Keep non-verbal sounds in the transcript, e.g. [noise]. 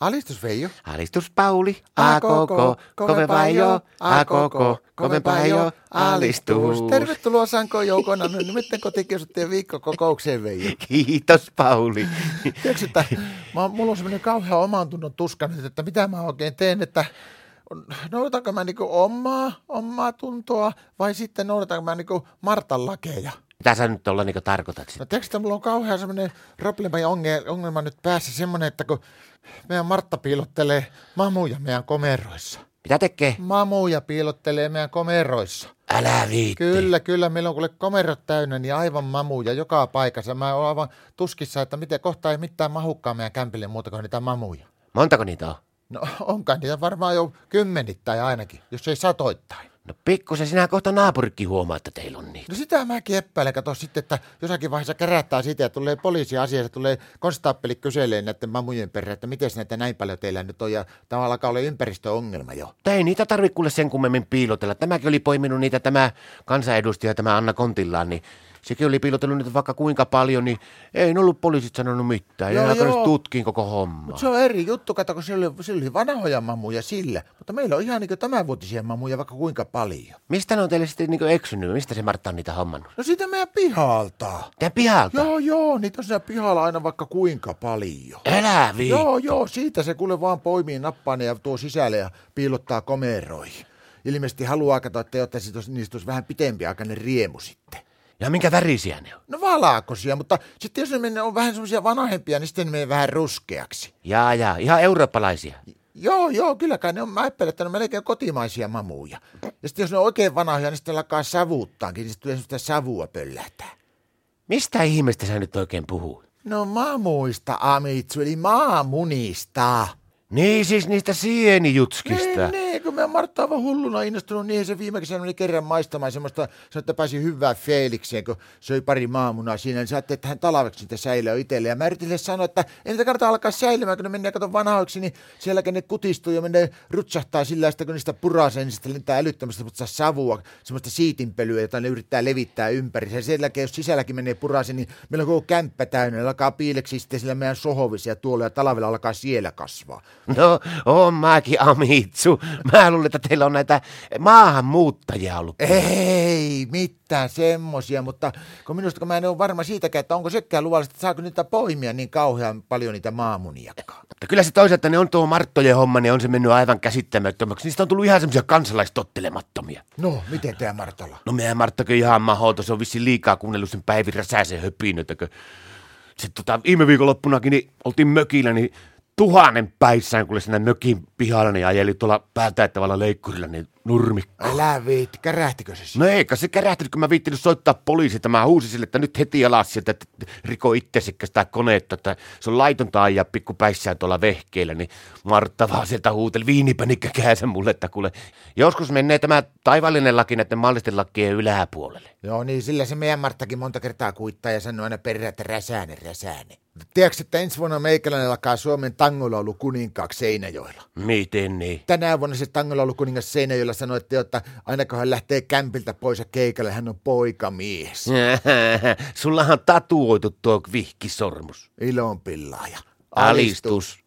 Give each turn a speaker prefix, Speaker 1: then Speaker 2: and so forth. Speaker 1: Alistus Veijo.
Speaker 2: Alistus Pauli, a koko, kovempaa jo, a koko, kovempaa jo, alistus.
Speaker 1: Tervetuloa Sankoon joukona nyt nimittäin kotikiusattujen viikkokokoukseen Veijo.
Speaker 2: Kiitos Pauli.
Speaker 1: Tiedätkö, että mä, oon- mulla on semmoinen kauhea oman tunnon tuska nyt, että mitä mä oikein teen, että noudatanko mä niinku omaa, omaa tuntoa vai sitten noudatanko mä niinku Martan lakeja.
Speaker 2: Mitä sä nyt olla niinku tarkoitat? sit?
Speaker 1: No tiedätkö, että mulla on kauhean semmoinen problema ja onge- ongelma nyt päässä semmoinen, että kun meidän Martta piilottelee mamuja meidän komeroissa.
Speaker 2: Mitä tekee?
Speaker 1: Mamuja piilottelee meidän komeroissa.
Speaker 2: Älä viitti.
Speaker 1: Kyllä, kyllä. Meillä on kuule komerot täynnä, niin aivan mamuja joka paikassa. Mä oon aivan tuskissa, että miten kohta ei mitään mahukkaa meidän kämpille muuta kuin niitä mamuja.
Speaker 2: Montako niitä on?
Speaker 1: No [laughs] onkaan niitä varmaan jo kymmenittäin ainakin, jos ei satoittain.
Speaker 2: No pikkusen sinä kohta naapurikin huomaa, että teillä on niitä.
Speaker 1: No sitä mä epäilen, kato sitten, että jossakin vaiheessa kerättää sitä ja tulee poliisi asiassa, tulee konstaappeli kyselee näiden mamujen perään, että miten näitä näin paljon teillä nyt on ja tämä alkaa olla ympäristöongelma jo.
Speaker 2: Mutta ei niitä tarvitse kuule sen kummemmin piilotella. Tämäkin oli poiminut niitä tämä kansanedustaja, tämä Anna Kontillaan, niin sekin oli piilotellut niitä vaikka kuinka paljon, niin ei ne ollut poliisit sanonut mitään.
Speaker 1: Joo,
Speaker 2: Joo, ei
Speaker 1: joo.
Speaker 2: joo. tutkiin koko hommaa.
Speaker 1: Mut se on eri juttu, kato, kun sillä oli, sillä oli vanhoja mamuja sillä, mutta meillä on ihan niin tämänvuotisia mamuja vaikka kuinka paljon.
Speaker 2: Mistä ne on teille sitten niinku eksynyt? Mistä se Martta on niitä hommannut?
Speaker 1: No sitä meidän pihalta.
Speaker 2: Tää pihalta.
Speaker 1: Joo, joo, niitä on siinä pihalla aina vaikka kuinka paljon.
Speaker 2: Älä vii.
Speaker 1: Joo, joo, siitä se kuule vaan poimii nappaan ja tuo sisälle ja piilottaa komeroihin. Ilmeisesti haluaa katsoa, että jotta siitä olisi- niistä olisi vähän pitempi aikainen riemu sitten.
Speaker 2: Ja minkä värisiä ne on?
Speaker 1: No valaakosia, mutta sitten jos ne menee- on vähän semmoisia vanhempia, niin sitten ne menee vähän ruskeaksi.
Speaker 2: Jaa, jaa. Ihan eurooppalaisia.
Speaker 1: Joo, joo, kyllä kai ne on, mä ajattelen, että ne on melkein kotimaisia mamuja. Ja sitten jos ne on oikein vanhoja, niin sitten ne alkaa savuuttaankin, niin sitten tulee semmoista savua pöllähtää.
Speaker 2: Mistä ihmistä sä nyt oikein puhuu?
Speaker 1: No mamuista, Amitsu, eli maamunista.
Speaker 2: Niin siis niistä sienijutskista.
Speaker 1: Niin, niin, kun mä Martta on aivan hulluna innostunut, niin se viime kesänä oli kerran maistamaan semmoista, sanoi, että pääsi hyvää feelikseen, kun söi pari maamunaa siinä, niin saatte, että hän talveksi niitä säilöä itselle. Ja mä yritin sille sanoa, että ei niitä kannata alkaa säilymään, kun ne menee kato vanhoiksi, niin sielläkin ne kutistuu ja menee rutsahtaa sillä, että kun niistä purasee, niin sitten lentää älyttömästi semmoista savua, semmoista siitinpölyä, jota ne yrittää levittää ympäri. Ja sielläkin, jos sisälläkin menee puraseen, niin meillä on koko kämppä täynnä, ne alkaa piileksi sitten sillä meidän sohovisia tuolla ja talvella alkaa siellä kasvaa.
Speaker 2: No, on mäkin Amitsu. Mä luulen, että teillä on näitä maahanmuuttajia ollut.
Speaker 1: Ei mitään semmosia, mutta kun minusta kun mä en ole varma siitäkään, että onko sekään luvallista, että saako niitä poimia niin kauhean paljon niitä maamuniakkaa.
Speaker 2: Mutta kyllä se toisaalta ne on tuo Marttojen homma, niin on se mennyt aivan käsittämättömäksi. Niistä on tullut ihan semmoisia kansalaistottelemattomia.
Speaker 1: No, miten tämä Martala?
Speaker 2: No meidän Marttakin ihan mahoto, se on vissi liikaa kuunnellut sen Päivi Räsäsen höpinötäkö. Se tota, viime viikonloppunakin niin oltiin mökillä, niin tuhannen päissään, kun siinä mökin pihalla, niin ajeli tuolla päätäyttävällä leikkurilla, niin nurmikko.
Speaker 1: Älä viit, kärähtikö se siis? sinne?
Speaker 2: No eikä se kärähtänyt, kun mä viittinyt soittaa poliisille. Mä huusin sille, että nyt heti alas sieltä, että riko itsesikö sitä koneetta, että se on laitonta ajaa pikkupäissään tuolla vehkeillä. Niin Martta vaan sieltä huuteli viinipänikkä käänsen mulle, että kuule, joskus menee tämä taivaallinen laki näiden mallisten lakien yläpuolelle.
Speaker 1: Joo, niin sillä se meidän Marttakin monta kertaa kuittaa ja sanoo aina perään, että räsääne, räsääne. Tiedätkö, että ensi vuonna meikäläinen alkaa Suomen tangolaulu kuninkaaksi Seinäjoella?
Speaker 2: Miten niin? [laughs]
Speaker 1: Tänä vuonna se tangolaulu kuningas Seinäjoella sanoi, että, että aina kun hän lähtee kämpiltä pois ja keikalle, hän on poikamies.
Speaker 2: Sullahan on tatuoitu tuo vihkisormus.
Speaker 1: Mm. Ilonpillaaja.
Speaker 2: Alistus.